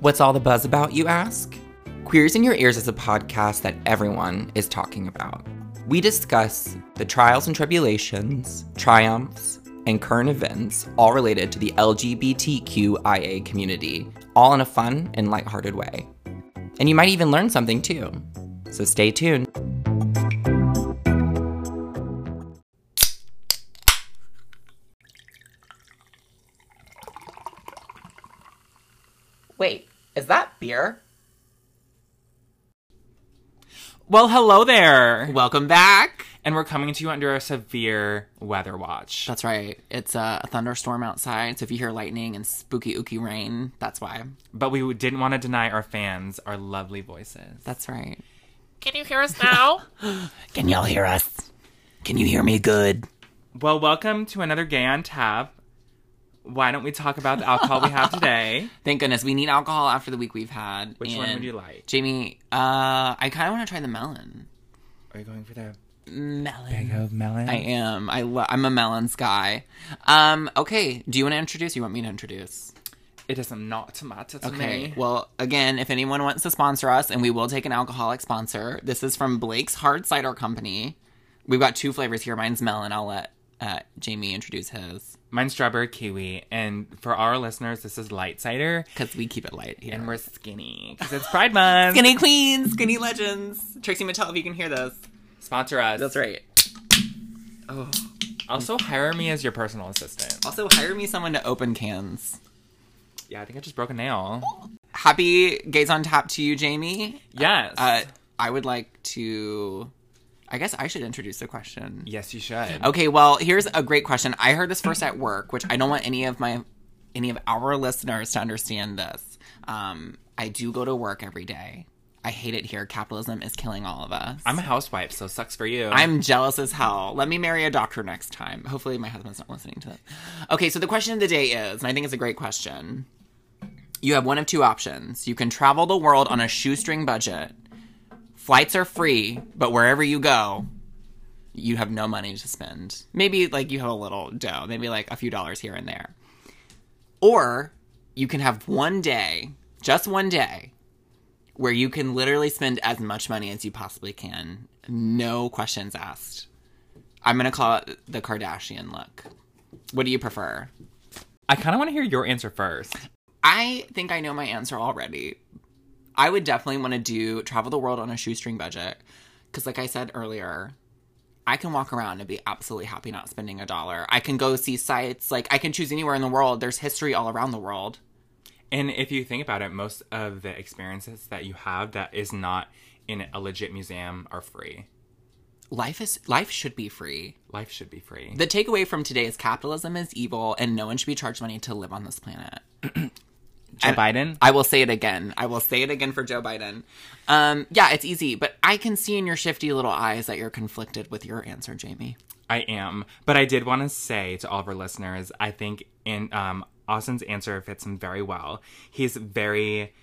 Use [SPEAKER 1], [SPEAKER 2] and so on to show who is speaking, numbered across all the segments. [SPEAKER 1] What's all the buzz about, you ask? Queers in Your Ears is a podcast that everyone is talking about. We discuss the trials and tribulations, triumphs, and current events, all related to the LGBTQIA community, all in a fun and lighthearted way. And you might even learn something too. So stay tuned. Wait, is that beer?
[SPEAKER 2] Well, hello there.
[SPEAKER 3] Welcome back.
[SPEAKER 2] And we're coming to you under a severe weather watch.
[SPEAKER 3] That's right. It's uh, a thunderstorm outside, so if you hear lightning and spooky ooky rain, that's why.
[SPEAKER 2] But we didn't want to deny our fans our lovely voices.
[SPEAKER 3] That's right.
[SPEAKER 4] Can you hear us now?
[SPEAKER 3] Can y'all hear us? Can you hear me good?
[SPEAKER 2] Well, welcome to another Gay on Tap. Why don't we talk about the alcohol we have today?
[SPEAKER 3] Thank goodness we need alcohol after the week we've had.
[SPEAKER 2] Which one
[SPEAKER 3] and-
[SPEAKER 2] would you like?
[SPEAKER 3] Jamie, uh, I kind of want to try the melon.
[SPEAKER 2] Are you going for the
[SPEAKER 3] Melon.
[SPEAKER 2] melon?
[SPEAKER 3] I am. I lo- I'm a melons guy. Um, okay. Do you want to introduce? You want me to introduce?
[SPEAKER 2] It does not matter to
[SPEAKER 3] Okay.
[SPEAKER 2] me.
[SPEAKER 3] Well, again, if anyone wants to sponsor us, and we will take an alcoholic sponsor. This is from Blake's Hard Cider Company. We've got two flavors here. Mine's melon. I'll let uh, Jamie introduce his
[SPEAKER 2] Mine's strawberry kiwi, and for our listeners, this is light cider,
[SPEAKER 3] because we keep it light here.
[SPEAKER 2] and we're skinny because it's Pride Month.
[SPEAKER 3] skinny queens, skinny legends. Trixie Mattel, if you can hear this.
[SPEAKER 2] Sponsor us.
[SPEAKER 3] That's right. Oh.
[SPEAKER 2] Also, hire me as your personal assistant.
[SPEAKER 3] Also, hire me someone to open cans.
[SPEAKER 2] Yeah, I think I just broke a nail.
[SPEAKER 3] Oh. Happy gaze on tap to you, Jamie.
[SPEAKER 2] Yes.
[SPEAKER 3] Uh, I would like to. I guess I should introduce the question.
[SPEAKER 2] yes, you should.
[SPEAKER 3] Okay, well, here's a great question. I heard this first at work, which I don't want any of my any of our listeners to understand this. Um, I do go to work every day. I hate it here. Capitalism is killing all of us.
[SPEAKER 2] I'm a housewife, so sucks for you.
[SPEAKER 3] I'm jealous as hell. Let me marry a doctor next time. Hopefully, my husband's not listening to this. Okay, so the question of the day is, and I think it's a great question. You have one of two options. You can travel the world on a shoestring budget. Flights are free, but wherever you go, you have no money to spend. Maybe like you have a little dough, maybe like a few dollars here and there. Or you can have one day, just one day, where you can literally spend as much money as you possibly can. No questions asked. I'm going to call it the Kardashian look. What do you prefer?
[SPEAKER 2] I kind of want to hear your answer first.
[SPEAKER 3] I think I know my answer already. I would definitely want to do travel the world on a shoestring budget. Because, like I said earlier, I can walk around and be absolutely happy not spending a dollar. I can go see sites. Like, I can choose anywhere in the world. There's history all around the world.
[SPEAKER 2] And if you think about it, most of the experiences that you have that is not in a legit museum are free.
[SPEAKER 3] Life is life should be free.
[SPEAKER 2] Life should be free.
[SPEAKER 3] The takeaway from today is capitalism is evil and no one should be charged money to live on this planet.
[SPEAKER 2] Joe Biden?
[SPEAKER 3] I will say it again. I will say it again for Joe Biden. Um, yeah, it's easy, but I can see in your shifty little eyes that you're conflicted with your answer, Jamie.
[SPEAKER 2] I am. But I did want to say to all of our listeners, I think in um, Austin's answer fits him very well. He's very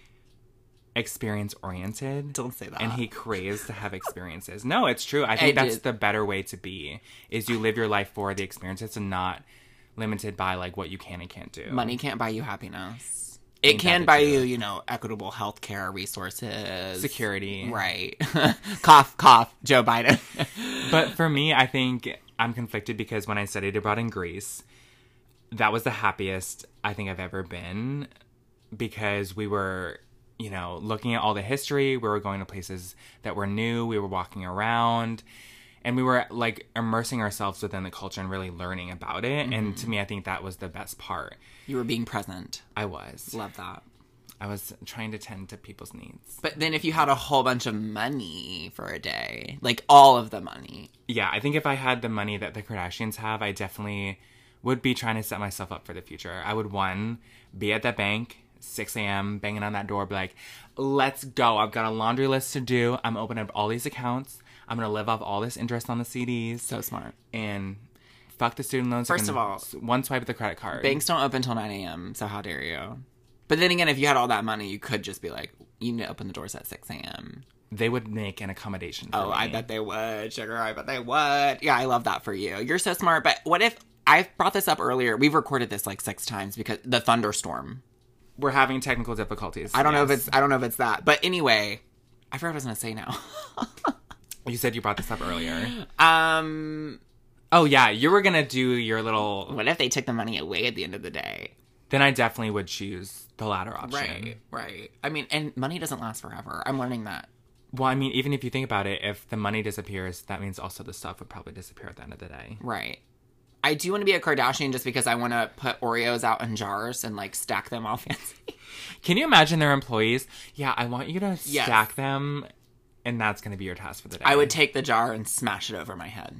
[SPEAKER 2] experience oriented.
[SPEAKER 3] Don't say that.
[SPEAKER 2] And he craves to have experiences. no, it's true. I think
[SPEAKER 3] I
[SPEAKER 2] that's
[SPEAKER 3] did.
[SPEAKER 2] the better way to be is you live your life for the experiences and not limited by like what you can and can't do.
[SPEAKER 3] Money can't buy you happiness. It
[SPEAKER 2] Ain't
[SPEAKER 3] can
[SPEAKER 2] that the
[SPEAKER 3] buy
[SPEAKER 2] truth?
[SPEAKER 3] you, you know, equitable health care resources.
[SPEAKER 2] security.
[SPEAKER 3] Right. cough, cough, Joe Biden.
[SPEAKER 2] But for me, I think I'm conflicted because when I studied abroad in Greece, that was the happiest I think I've ever been because we were, you know, looking at all the history, we were going to places that were new, we were walking around, and we were like immersing ourselves within the culture and really learning about it. And to me, I think that was the best part.
[SPEAKER 3] you were being present.
[SPEAKER 2] I was.
[SPEAKER 3] Love that.
[SPEAKER 2] I was trying to tend to people's needs.
[SPEAKER 3] But then if you had a whole bunch of money for a day, like all of the money,
[SPEAKER 2] Yeah, I think if I had the money that the Kardashians have, I definitely would be trying to set myself up for the future. I would one be at that bank, 6 a.m., banging on that door, be like, "Let's go! I've got a laundry list to do. I'm opening up all these accounts. I'm gonna live off all this interest on the CDs
[SPEAKER 3] so smart.
[SPEAKER 2] and fuck the student loans. I
[SPEAKER 3] First
[SPEAKER 2] can
[SPEAKER 3] of all,
[SPEAKER 2] s- one swipe at the credit card.
[SPEAKER 3] Banks don't open till 9 a.m., so how dare you? But then again, if you had all that money, you could just be like, you need to open the doors at 6 a.m.
[SPEAKER 2] They would make an accommodation. For
[SPEAKER 3] Oh, I
[SPEAKER 2] me.
[SPEAKER 3] bet they would, sugar. I bet they would. Yeah, I love that for you. You're so smart. But what if I brought this up earlier? We've recorded this like six times because the thunderstorm.
[SPEAKER 2] We're having technical difficulties.
[SPEAKER 3] I don't know if
[SPEAKER 2] Yes.
[SPEAKER 3] it's I don't know if it's that. But anyway, I forgot what I was gonna say now.
[SPEAKER 2] You said you brought this up earlier.
[SPEAKER 3] um
[SPEAKER 2] Oh yeah, you were gonna do your little.
[SPEAKER 3] what if they took the money away at the end of the day?
[SPEAKER 2] Then I definitely would choose the latter option.
[SPEAKER 3] Right, right. I mean, and money doesn't last forever. I'm learning that.
[SPEAKER 2] Well, I mean, even if you think about it, if the money disappears, that means also the stuff would probably disappear at the end of the day.
[SPEAKER 3] Right. I do want to be a Kardashian just because I want to put Oreos out in jars and like stack them all fancy.
[SPEAKER 2] Can you imagine their employees? Yeah, I want you to
[SPEAKER 3] Yes.
[SPEAKER 2] stack them, and that's gonna be your task for the day.
[SPEAKER 3] I would take the jar and smash it over my head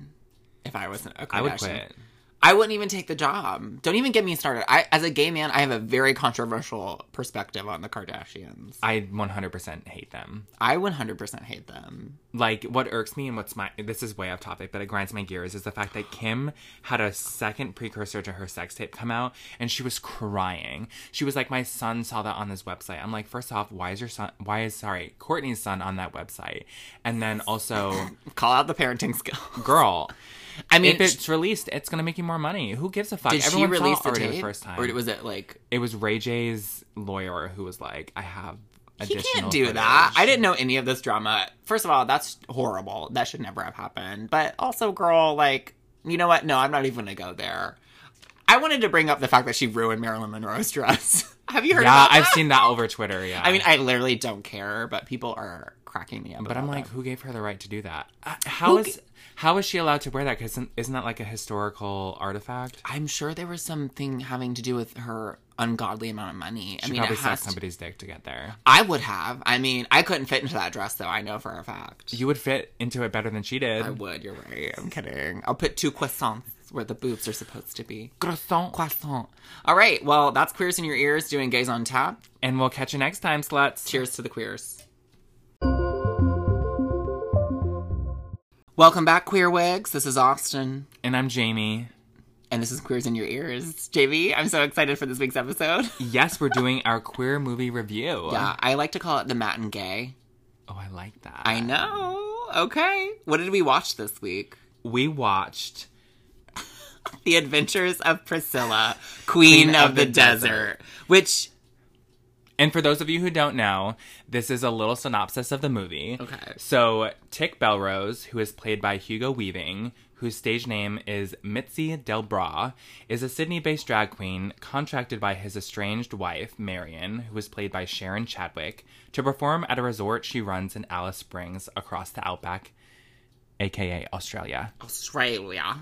[SPEAKER 3] if I wasn't a Kardashian.
[SPEAKER 2] I would quit.
[SPEAKER 3] I wouldn't even take the job. Don't even get me started. I, as a gay man, I have a very controversial perspective on the Kardashians.
[SPEAKER 2] I 100% hate them.
[SPEAKER 3] I 100% hate them.
[SPEAKER 2] Like, what irks me and what's my this is way off topic, but it grinds my gears is the fact that Kim had a second precursor to her sex tape come out, and she was crying. She was like, "My son saw that on this website." I'm like, first off, why is your son? Why is sorry Courtney's son on that website? And then also,
[SPEAKER 3] Call out the parenting skill.
[SPEAKER 2] girl,
[SPEAKER 3] I mean,
[SPEAKER 2] if it's released, it's gonna make you more money. Who gives a fuck?
[SPEAKER 3] did she
[SPEAKER 2] Everyone saw
[SPEAKER 3] release
[SPEAKER 2] it
[SPEAKER 3] the
[SPEAKER 2] already
[SPEAKER 3] tape
[SPEAKER 2] first time?
[SPEAKER 3] or was it like
[SPEAKER 2] it was Ray J's lawyer who was like, "I have."
[SPEAKER 3] he can't
[SPEAKER 2] additional
[SPEAKER 3] do that?
[SPEAKER 2] footage."
[SPEAKER 3] I didn't know any of this drama. First of all, that's horrible. That should never have happened. But also, girl, like, you know what? No, I'm not even gonna go there. I wanted to bring up the fact that she ruined Marilyn Monroe's dress. have you heard?
[SPEAKER 2] Yeah,
[SPEAKER 3] about
[SPEAKER 2] I've
[SPEAKER 3] that?
[SPEAKER 2] seen that over Twitter. Yeah,
[SPEAKER 3] I mean, I literally don't care, but people are cracking me up.
[SPEAKER 2] But I'm
[SPEAKER 3] about
[SPEAKER 2] like,
[SPEAKER 3] that.
[SPEAKER 2] who gave her the right to do that? Uh, How
[SPEAKER 3] who
[SPEAKER 2] is how is she allowed to wear that? Because isn't that like a historical artifact?
[SPEAKER 3] I'm sure there was something having to do with her ungodly amount of money. I
[SPEAKER 2] She
[SPEAKER 3] mean,
[SPEAKER 2] probably
[SPEAKER 3] it has
[SPEAKER 2] sucked
[SPEAKER 3] to-
[SPEAKER 2] somebody's dick to get there.
[SPEAKER 3] I would have. I mean, I couldn't fit into that dress, though. I know for a fact.
[SPEAKER 2] You would fit into it better than she did.
[SPEAKER 3] I would. You're right. I'm kidding. I'll put two croissants where the boobs are supposed to be.
[SPEAKER 2] Croissant.
[SPEAKER 3] Croissant. All right. Well, that's queers in your ears doing gays on tap.
[SPEAKER 2] And we'll catch you next time, sluts.
[SPEAKER 3] Cheers to the queers. Welcome back, queer wigs. This is Austin,
[SPEAKER 2] And I'm Jamie.
[SPEAKER 3] and this is queers in your ears. JV, I'm so excited for this week's episode.
[SPEAKER 2] Yes, we're doing our queer movie review.
[SPEAKER 3] Yeah, I like to call it the Matin gay.
[SPEAKER 2] Oh, I like that.
[SPEAKER 3] I know. Okay. What did we watch this week?
[SPEAKER 2] we watched
[SPEAKER 3] The Adventures of Priscilla, Queen, of, the, desert. Which
[SPEAKER 2] And for those of you who don't know, this is a little synopsis of the movie.
[SPEAKER 3] Okay.
[SPEAKER 2] So, Tick Belrose, who is played by Hugo Weaving, whose stage name is Mitzi Del Bra, is a Sydney based drag queen contracted by his estranged wife, Marion, who is played by Sharon Chadwick, to perform at a resort she runs in Alice Springs across the outback, aka Australia.
[SPEAKER 3] Australia.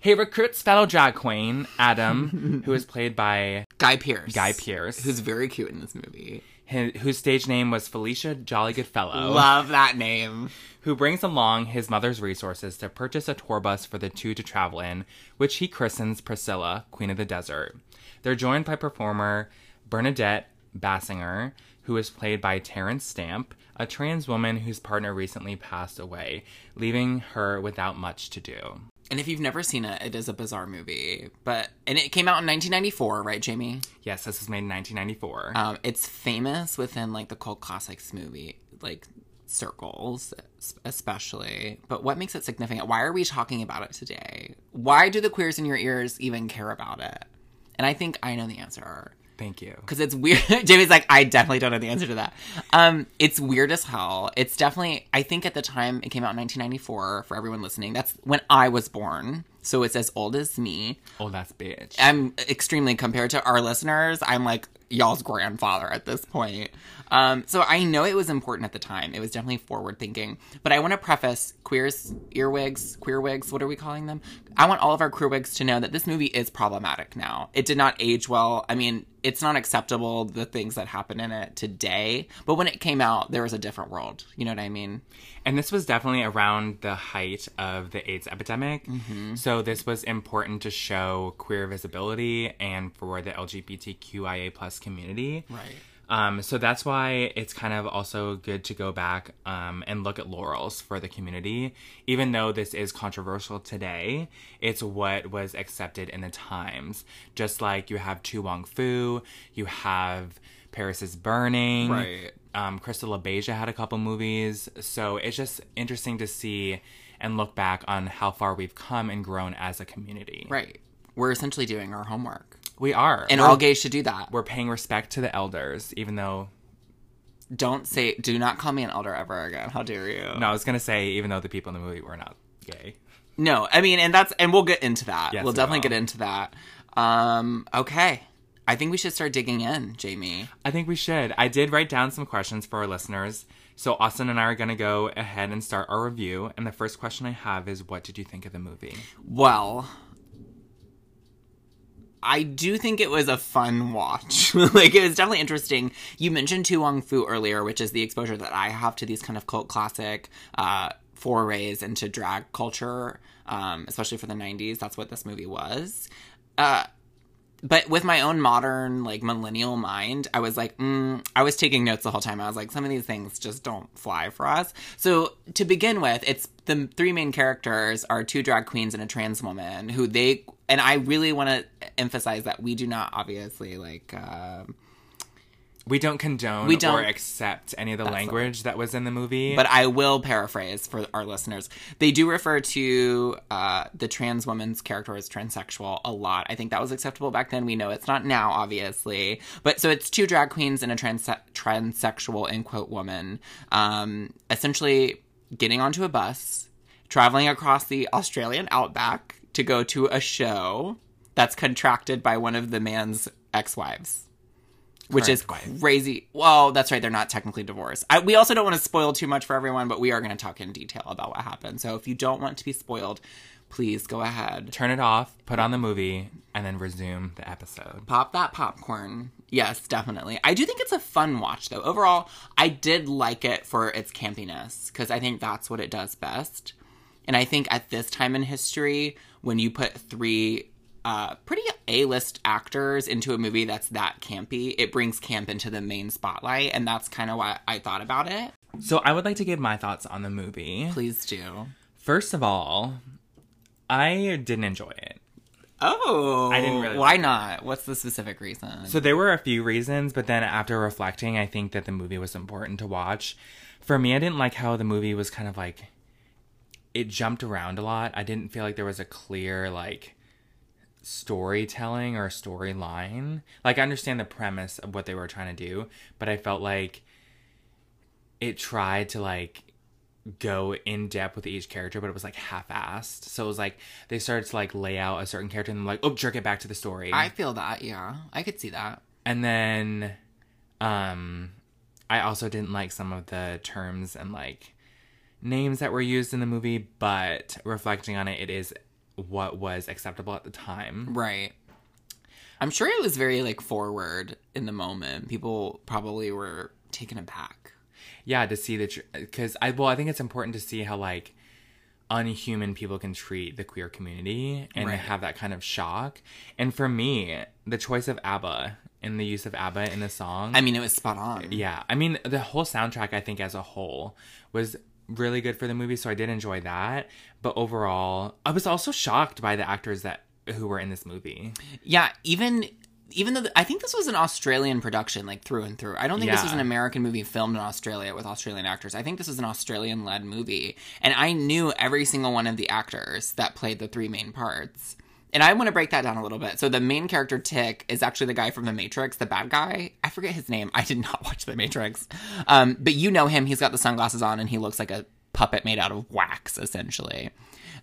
[SPEAKER 2] He recruits fellow drag queen, Adam, who is played by
[SPEAKER 3] Guy Pierce.
[SPEAKER 2] Guy Pearce
[SPEAKER 3] Who's very cute in this movie.
[SPEAKER 2] hi- whose stage name was Felicia Jolly Goodfellow,
[SPEAKER 3] Love that name.
[SPEAKER 2] who brings along his mother's resources to purchase a tour bus for the two to travel in, which he christens Priscilla, Queen of the Desert. They're joined by performer Bernadette Bassinger, who is played by Terrence Stamp, a trans woman whose partner recently passed away, leaving her without much to do.
[SPEAKER 3] And if you've never seen it, it is a bizarre movie. But and it came out in 1994, right, Jamie?
[SPEAKER 2] Yes, this was made in 1994.
[SPEAKER 3] Um, it's famous within like the cult classics movie like circles, es- especially. But what makes it significant? Why are we talking about it today? Why do the queers in your ears even care about it? And I think I know the answer
[SPEAKER 2] Thank you.
[SPEAKER 3] because it's weird. Jamie's like, I definitely don't know the answer to that. Um, it's weird as hell. It's definitely. I think at the time it came out in 1994. For everyone listening, that's when I was born. So it's as old as me.
[SPEAKER 2] Oh, that's bitch.
[SPEAKER 3] I'm extremely compared to our listeners. I'm like y'all's grandfather at this point. Um, so I know it was important at the time. It was definitely forward thinking. But I want to preface queers, earwigs, queer wigs. What are we calling them? I want all of our queer wigs to know that this movie is problematic now. It did not age well. I mean, it's not acceptable the things that happen in it today. But when it came out, there was a different world. You know what I mean?
[SPEAKER 2] And this was definitely around the height of the AIDS epidemic. So this was important to show queer visibility and for the LGBTQIA plus community.
[SPEAKER 3] Right.
[SPEAKER 2] Um, so that's why it's kind of also good to go back um, and look at laurels for the community. Even though this is controversial today, it's what was accepted in the times. Just like you have Tu Wong Fu, you have Paris is Burning,
[SPEAKER 3] Right.
[SPEAKER 2] um, Crystal LaBeija had a couple movies. So it's just interesting to see and look back on how far we've come and grown as a community.
[SPEAKER 3] Right. We're essentially doing our homework.
[SPEAKER 2] We are.
[SPEAKER 3] And
[SPEAKER 2] we're,
[SPEAKER 3] all gays should do that.
[SPEAKER 2] we're paying respect to the elders, even though
[SPEAKER 3] Don't say, do not call me an elder ever again. How dare you?
[SPEAKER 2] no, I was gonna say even though the people in the movie were not gay.
[SPEAKER 3] No, I mean, and that's, and we'll get into that.
[SPEAKER 2] Yes,
[SPEAKER 3] we'll
[SPEAKER 2] we
[SPEAKER 3] definitely
[SPEAKER 2] will.
[SPEAKER 3] get into that. Um, okay. I think we should start digging in, Jamie.
[SPEAKER 2] I think we should. I did write down some questions for our listeners. So Austin and I are gonna go ahead and start our review. And the first question I have is, what did you think of the movie?
[SPEAKER 3] Well, I do think it was a fun watch. like it was definitely interesting. You mentioned Tu Wong Fu earlier, which is the exposure that I have to these kind of cult classic uh, forays into drag culture, um, especially for the '90s. That's what this movie was. Uh, but with my own modern, like millennial mind, I was like, mm, I was taking notes the whole time. I was like, some of these things just don't fly for us. So to begin with, it's the three main characters are two drag queens and a trans woman who they and I really want to emphasize that we do not obviously like. Uh,
[SPEAKER 2] We don't condone
[SPEAKER 3] We don't-
[SPEAKER 2] or accept any of the language that was in the movie.
[SPEAKER 3] but I will paraphrase for our listeners. They do refer to uh, the trans woman's character as transsexual a lot. I think that was acceptable back then. We know it's not now, obviously. But so it's two drag queens and a trans- transsexual, in quote, woman, um, essentially getting onto a bus, traveling across the Australian outback to go to a show that's contracted by one of the man's ex wives which is crazy. Well, that's right. They're not technically divorced. I, we also don't want to spoil too much for everyone, but we are going to talk in detail about what happened. So if you don't want to be spoiled, please go ahead.
[SPEAKER 2] Turn it off, put on the movie, and then resume the episode.
[SPEAKER 3] Pop that popcorn. Yes, definitely. I do think it's a fun watch, though. Overall, I did like it for its campiness because I think that's what it does best. And I think at this time in history, when you put three uh, pretty A list actors into a movie that's that campy, it brings camp into the main spotlight. And that's kind of why I thought about it.
[SPEAKER 2] So I would like to give my thoughts on the movie.
[SPEAKER 3] Please do.
[SPEAKER 2] First of all, I didn't enjoy it.
[SPEAKER 3] Oh, I
[SPEAKER 2] didn't really-
[SPEAKER 3] Why not? What's the specific reason?
[SPEAKER 2] So there were a few reasons, but then after reflecting, I think that the movie was important to watch. For me, I didn't like how the movie was kind of like it jumped around a lot. I didn't feel like there was a clear like storytelling or storyline. Like I understand the premise of what they were trying to do, but I felt like it tried to like go in depth with each character, but it was like half-assed. So it was like they started to like lay out a certain character and like, oh, jerk it back to the story
[SPEAKER 3] I feel that. Yeah, I could see that.
[SPEAKER 2] and then um i also didn't like some of the terms and like names that were used in the movie but reflecting on it it is what was acceptable at the time
[SPEAKER 3] Right. I'm sure it was very like forward in the moment. People probably were taken aback.
[SPEAKER 2] yeah to see that because i well i think it's important to see how like unhuman people can treat the queer community and
[SPEAKER 3] Right.
[SPEAKER 2] have that kind of shock and for me the choice of abba and the use of abba in the song
[SPEAKER 3] I mean, it was spot on.
[SPEAKER 2] Yeah, I mean the whole soundtrack I think as a whole was really good for the movie, so I did enjoy that. But overall, I was also shocked by the actors that who were in this movie.
[SPEAKER 3] Yeah, even even though the, I think this was an Australian production, like through and through. I don't think this
[SPEAKER 2] Yeah.
[SPEAKER 3] was an American movie filmed in Australia with Australian actors. I think this was an Australian led movie, and I knew every single one of the actors that played the three main parts. And I want to break that down a little bit. So the main character Tick is actually the guy from The Matrix, the bad guy. I forget his name. I did not watch The Matrix, um, but you know him. He's got the sunglasses on, and he looks like a puppet made out of wax, essentially.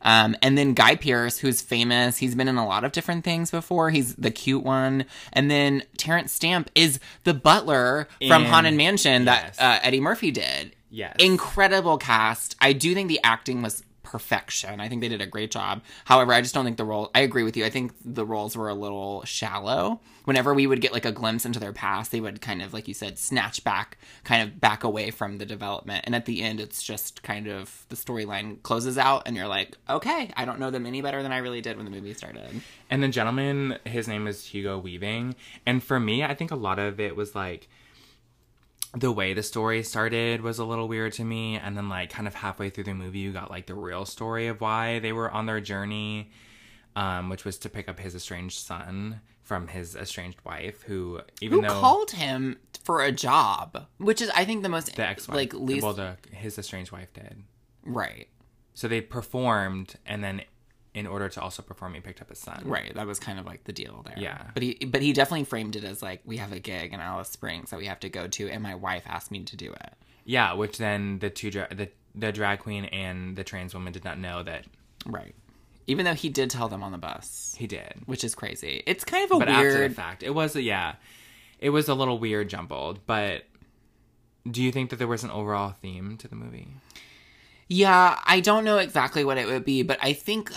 [SPEAKER 3] Um, and then Guy Pierce, who's famous. He's been in a lot of different things before. He's the cute one. And then Terrence Stamp is the butler from
[SPEAKER 2] In-
[SPEAKER 3] Haunted Mansion
[SPEAKER 2] Yes.
[SPEAKER 3] that uh, Eddie Murphy did.
[SPEAKER 2] Yes.
[SPEAKER 3] Incredible cast. I do think the acting was perfection. I think they did a great job. However, I just don't think the role, I agree with you. I think the roles were a little shallow. Whenever we would get like a glimpse into their past, they would kind of, like you said, snatch back, kind of back away from the development. And at the end, it's just kind of the storyline closes out and you're like, okay, I don't know them any better than I really did when the movie started.
[SPEAKER 2] And the gentleman, his name is Hugo Weaving, and for me, I think a lot of it was like the way the story started was a little weird to me, and then like kind of halfway through the movie, you got like the real story of why they were on their journey, um, which was to pick up his estranged son from his estranged wife, who even
[SPEAKER 3] Who
[SPEAKER 2] though
[SPEAKER 3] called him for a job? Which is, I think, the most
[SPEAKER 2] the ex-wife,
[SPEAKER 3] like least
[SPEAKER 2] well, the his estranged wife did.
[SPEAKER 3] right.
[SPEAKER 2] So they performed, and then in order to also perform, he picked up his son.
[SPEAKER 3] Right, that was kind of like the deal there.
[SPEAKER 2] Yeah.
[SPEAKER 3] but he but he definitely framed it as like we have a gig in Alice Springs that we have to go to, and my wife asked me to do it.
[SPEAKER 2] Yeah, which then the two dra- the the drag queen and the trans woman did not know that
[SPEAKER 3] Right, even though he did tell them on the bus,
[SPEAKER 2] he did.
[SPEAKER 3] which is crazy. It's kind of a
[SPEAKER 2] But after the
[SPEAKER 3] weird.
[SPEAKER 2] fact, it was yeah, it was a little weird, jumbled. But do you think that there was an overall theme to the movie?
[SPEAKER 3] Yeah, I don't know exactly what it would be, but I think,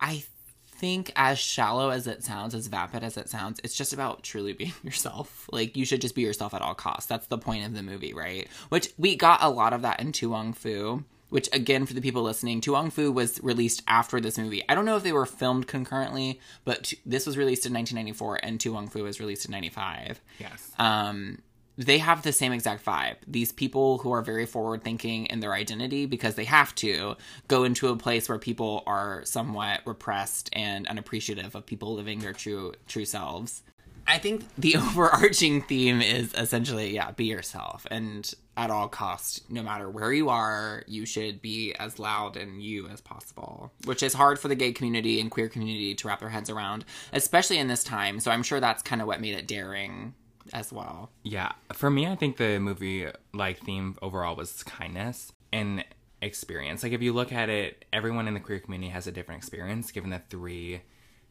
[SPEAKER 3] I think as shallow as it sounds, as vapid as it sounds, it's just about truly being yourself. Like you should just be yourself at all costs. That's the point of the movie, right? Which we got a lot of that in Tu Wong Fu. Which again, for the people listening, Tu Wong Fu was released after this movie. I don't know if they were filmed concurrently, but t- this was released in 1994, and Tu Wong Fu was released in 95
[SPEAKER 2] Yes.
[SPEAKER 3] um, they have the same exact vibe. These people who are very forward thinking in their identity because they have to go into a place where people are somewhat repressed and unappreciative of people living their true true selves. I think the overarching theme is essentially, yeah, be yourself and at all costs, no matter where you are, you should be as loud and you as possible, which is hard for the gay community and queer community to wrap their heads around, especially in this time. So I'm sure that's kind of what made it daring as well.
[SPEAKER 2] Yeah, for me, I think the movie like theme overall was kindness and experience. Like if you look at it, everyone in the queer community has a different experience. Given the three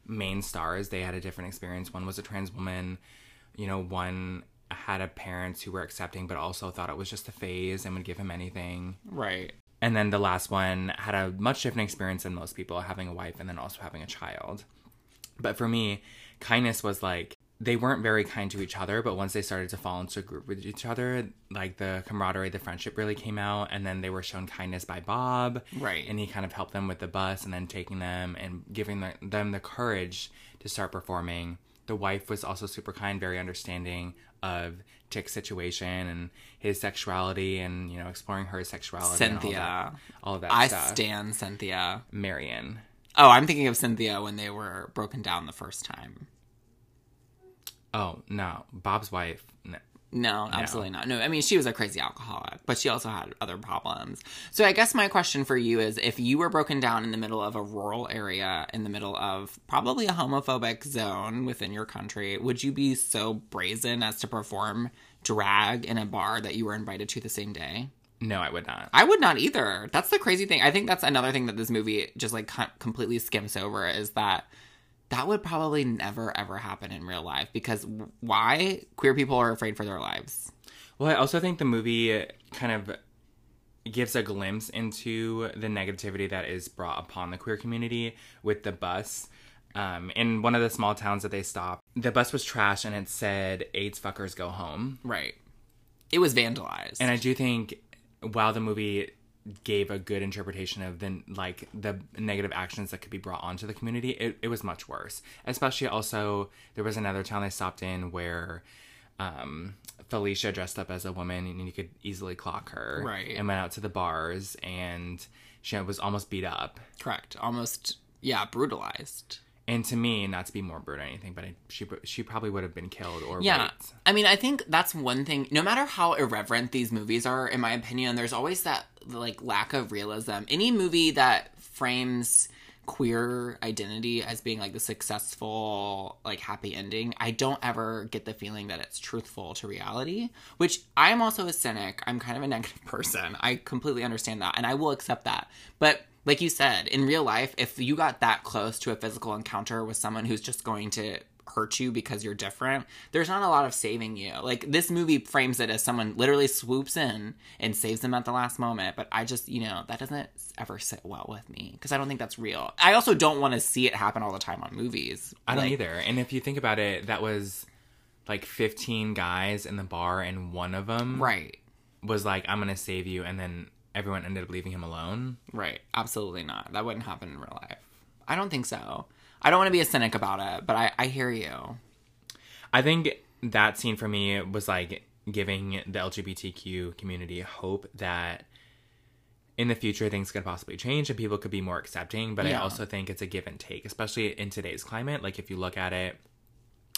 [SPEAKER 2] main stars, they had a different experience. One was a trans woman, you know, one had a parents who were accepting but also thought it was just a phase and would give him anything.
[SPEAKER 3] Right.
[SPEAKER 2] And then the last one had a much different experience than most people, having a wife and then also having a child. But for me, kindness was like they weren't very kind to each other, but once they started to fall into a group with each other, like the camaraderie, the friendship really came out. And then they were shown kindness by Bob.
[SPEAKER 3] Right.
[SPEAKER 2] And he kind of helped them with the bus and then taking them and giving the, them the courage to start performing. The wife was also super kind, very understanding of Tick's situation and his sexuality and, you know, exploring her sexuality. and all
[SPEAKER 3] Cynthia.
[SPEAKER 2] that- all of that
[SPEAKER 3] I
[SPEAKER 2] stuff.
[SPEAKER 3] stand Cynthia.
[SPEAKER 2] Marion.
[SPEAKER 3] Oh, I'm thinking of Cynthia when they were broken down the first time.
[SPEAKER 2] Oh no, Bob's wife. No.
[SPEAKER 3] No, absolutely not. No, I mean, she was a crazy alcoholic, but she also had other problems. So I guess my question for you is if you were broken down in the middle of a rural area, in the middle of probably a homophobic zone within your country, would you be so brazen as to perform drag in a bar that you were invited to the same day?
[SPEAKER 2] No, I would not.
[SPEAKER 3] I would not either. That's the crazy thing. I think that's another thing that this movie just like com- completely skims over is that that would probably never ever happen in real life because w- why queer people are afraid for their lives.
[SPEAKER 2] Well, I also think the movie kind of gives a glimpse into the negativity that is brought upon the queer community with the bus. Um, in one of the small towns that they stopped, the bus was trash and it said AIDS fuckers go home.
[SPEAKER 3] Right. It was vandalized.
[SPEAKER 2] And I do think while the movie gave a good interpretation of the like the negative actions that could be brought onto the community, it, it was much worse. Especially also there was another town they stopped in where um Felicia dressed up as a woman and you could easily clock her.
[SPEAKER 3] Right.
[SPEAKER 2] And went out to the bars and she was almost beat up.
[SPEAKER 3] correct. Almost yeah, brutalized.
[SPEAKER 2] And to me, not to be morbid or anything, but I, she she probably would have been killed or
[SPEAKER 3] Yeah.
[SPEAKER 2] raped.
[SPEAKER 3] I mean, I think that's one thing. No matter how irreverent these movies are, in my opinion, there's always that like lack of realism. Any movie that frames queer identity as being like the successful like happy ending i don't ever get the feeling that it's truthful to reality which i'm also a cynic i'm kind of a negative person i completely understand that and i will accept that but like you said in real life if you got that close to a physical encounter with someone who's just going to hurt you because you're different, there's not a lot of saving you. Like this movie frames it as someone literally swoops in and saves them at the last moment, but I just, you know, that doesn't ever sit well with me because I don't think that's real. I also don't want to see it happen all the time on movies.
[SPEAKER 2] I don't
[SPEAKER 3] Like,
[SPEAKER 2] either. And if you think about it, that was like 15 guys in the bar, and one of them
[SPEAKER 3] Right.
[SPEAKER 2] was like, I'm going to save you. And then everyone ended up leaving him alone.
[SPEAKER 3] Right. Absolutely not. That wouldn't happen in real life. I don't think so. I don't want to be a cynic about it, but I, I hear you.
[SPEAKER 2] I think that scene for me was like giving the LGBTQ community hope that in the future things could possibly change and people could be more accepting. But
[SPEAKER 3] Yeah.
[SPEAKER 2] I also think it's a give and take, especially in today's climate. Like, if you look at it,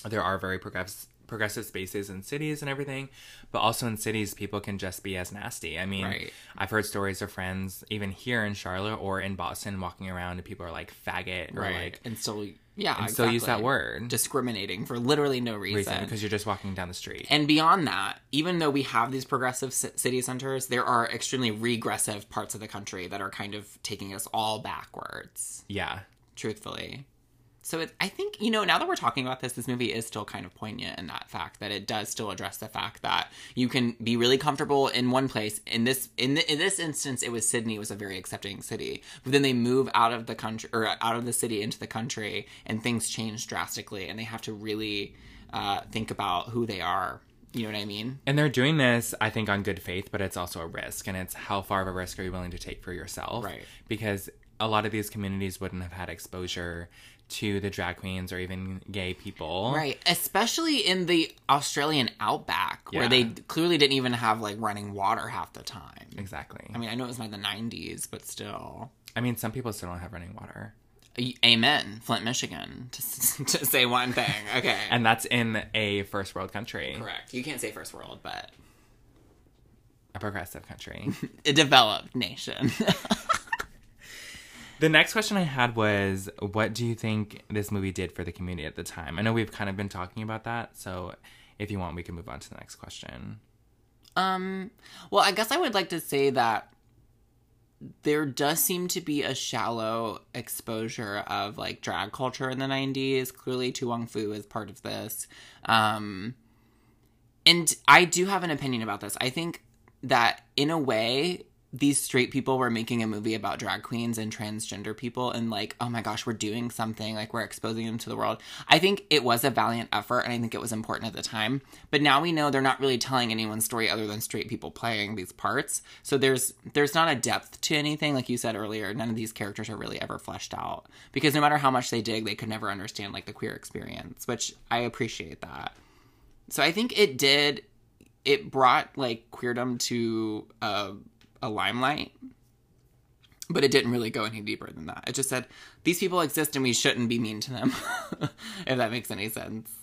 [SPEAKER 2] there are very progress- progressive spaces in cities and everything, but also in cities, people can just be as nasty. I mean,
[SPEAKER 3] Right.
[SPEAKER 2] I've heard stories of friends, even here in Charlotte or in Boston, walking around and people are like faggot or like,
[SPEAKER 3] and still, yeah,
[SPEAKER 2] and still use that
[SPEAKER 3] exactly.
[SPEAKER 2] word.
[SPEAKER 3] Discriminating for literally no
[SPEAKER 2] reason because you're just walking down the street.
[SPEAKER 3] And beyond that, even though we have these progressive ci- city centers, there are extremely regressive parts of the country that are kind of taking us all backwards,
[SPEAKER 2] yeah.
[SPEAKER 3] truthfully. So it, I think, you know, now that we're talking about this, this movie is still kind of poignant in that fact that it does still address the fact that you can be really comfortable in one place. In this in, th in this instance, it was Sydney was a very accepting city. But then they move out of the country or out of the city into the country and things change drastically and they have to really uh, think about who they are. You know what I mean?
[SPEAKER 2] And they're doing this, I think, on good faith, but it's also a risk. And it's how far of a risk are you willing to take for yourself?
[SPEAKER 3] Right.
[SPEAKER 2] Because a lot of these communities wouldn't have had exposure to the drag queens or even gay people.
[SPEAKER 3] Right, especially in the Australian outback where
[SPEAKER 2] Yeah.
[SPEAKER 3] they clearly didn't even have like running water half the time.
[SPEAKER 2] Exactly.
[SPEAKER 3] I mean, I know it was not the 90s, but still.
[SPEAKER 2] I mean, some people still don't have running water.
[SPEAKER 3] A- Amen, Flint, Michigan, to, s- to say one thing. Okay.
[SPEAKER 2] And that's in a first world country,
[SPEAKER 3] Correct. You can't say first world, but
[SPEAKER 2] a progressive country.
[SPEAKER 3] a developed nation.
[SPEAKER 2] the next question I had was what do you think this movie did for the community at the time? I know we've kind of been talking about that. So if you want, we can move on to the next question.
[SPEAKER 3] Um, well, I guess I would like to say that there does seem to be a shallow exposure of like drag culture in the 90s. Clearly, Tu Wong Fu is part of this. Um, and I do have an opinion about this. I think that in a way, these straight people were making a movie about drag queens and transgender people, and like, oh my gosh, we're doing something, like, we're exposing them to the world. I think it was a valiant effort, and I think it was important at the time. But now we know they're not really telling anyone's story other than straight people playing these parts. So there's there's not a depth to anything, like you said earlier. None of these characters are really ever fleshed out because no matter how much they dig, they could never understand like the queer experience, which I appreciate that. So I think it did. It brought like queerdom to a, a limelight, but it didn't really go any deeper than that. It just said these people exist and we shouldn't be mean to them. if that makes any sense,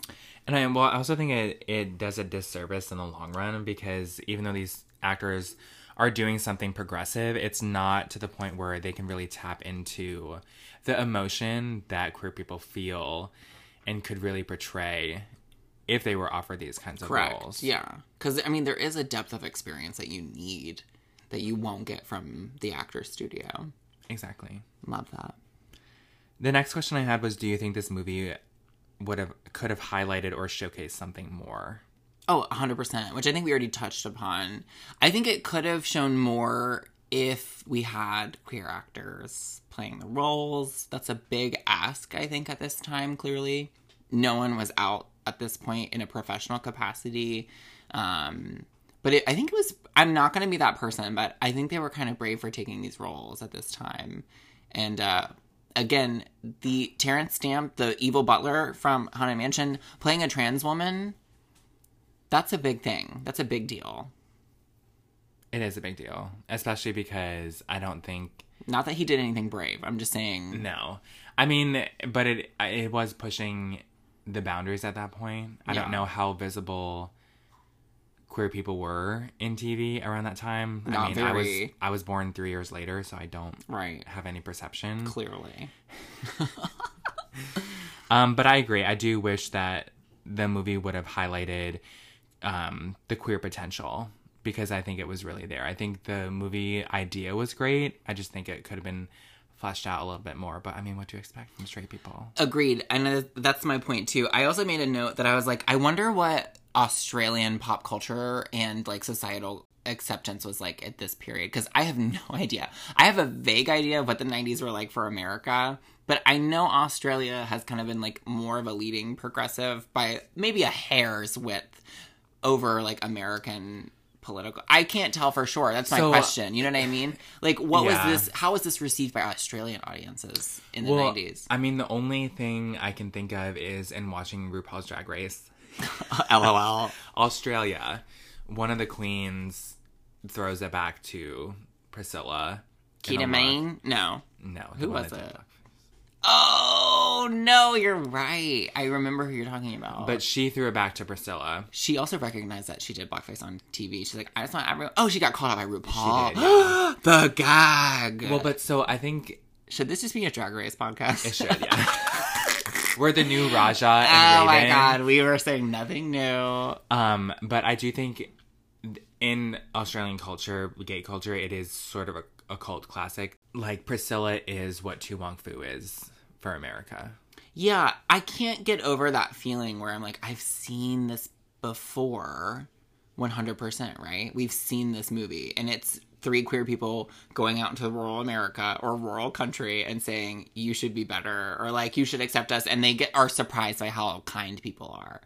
[SPEAKER 2] And I well, I also think it it does a disservice in the long run because even though these actors are doing something progressive, it's not to the point where they can really tap into the emotion that queer people feel and could really portray if they were offered these kinds of roles.
[SPEAKER 3] Yeah, because I mean there is a depth of experience that you need that you won't get from the actor's studio.
[SPEAKER 2] Exactly.
[SPEAKER 3] Love that.
[SPEAKER 2] The next question I had was do you think this movie would have could have highlighted or showcased something more?
[SPEAKER 3] Oh, 100%, which I think we already touched upon. I think it could have shown more if we had queer actors playing the roles. That's a big ask, I think, at this time, clearly. No one was out at this point in a professional capacity. Um, but it, I think it was, I'm not going to be that person, but I think they were kind of brave for taking these roles at this time. And uh, again, the Terrence Stamp, the evil butler from Haunted Mansion, playing a trans woman that's a big thing. That's a big deal.
[SPEAKER 2] It is a big deal, especially because I don't think
[SPEAKER 3] Not that he did anything brave. I'm just saying.
[SPEAKER 2] No, I mean, but it it was pushing the boundaries at that point. I
[SPEAKER 3] Yeah.
[SPEAKER 2] don't know how visible queer people were in TV around that time.
[SPEAKER 3] Not
[SPEAKER 2] I mean, I was
[SPEAKER 3] very.
[SPEAKER 2] I was born three years later, so I don't
[SPEAKER 3] Right.
[SPEAKER 2] have any perception.
[SPEAKER 3] Clearly.
[SPEAKER 2] Um, but I agree. I do wish that the movie would have highlighted um, the queer potential because I think it was really there. I think the movie idea was great. I just think it could have been fleshed out a little bit more. But I mean, what do you expect from straight people?
[SPEAKER 3] Agreed. And uh, that's my point, too. I also made a note that I was like, I wonder what Australian pop culture and like societal acceptance was like at this period. Because I have no idea. I have a vague idea of what the 90s were like for America. But I know Australia has kind of been like more of a leading progressive by maybe a hair's width over like American political. I can't tell for sure. That's my
[SPEAKER 2] So, uh,
[SPEAKER 3] question. You know what I mean? Like, what
[SPEAKER 2] Yeah.
[SPEAKER 3] was this? How was this received by Australian audiences in the
[SPEAKER 2] Well,
[SPEAKER 3] 90s?
[SPEAKER 2] I mean, the only thing I can think of is in watching RuPaul's Drag Race,
[SPEAKER 3] LOL.
[SPEAKER 2] Australia, one of the queens throws it back to Priscilla. in a
[SPEAKER 3] Ketamine? No.
[SPEAKER 2] look- No.
[SPEAKER 3] Who was it? Oh no, you're right. I remember who you're talking about.
[SPEAKER 2] But she threw it back to Priscilla.
[SPEAKER 3] she also recognized that she did blackface on TV. She's like, I just want everyone. Oh, she got called out by RuPaul.
[SPEAKER 2] did,
[SPEAKER 3] the gag.
[SPEAKER 2] Well, but so I think
[SPEAKER 3] should this just be a Drag Race podcast?
[SPEAKER 2] it should, yeah. We're the new Raja and
[SPEAKER 3] Oh my
[SPEAKER 2] Raven.
[SPEAKER 3] god, we were saying nothing new.
[SPEAKER 2] Um, but I do think in Australian culture, gay culture, it is sort of a, a cult classic. Like Priscilla is what Tu Wong Fu is for America.
[SPEAKER 3] Yeah, I can't get over that feeling where I'm like, I've seen this before 100%, right? We've seen this movie, and it's three queer people going out into rural America or rural country and saying, you should be better, or like, you should accept us. And they get are surprised by how kind people are.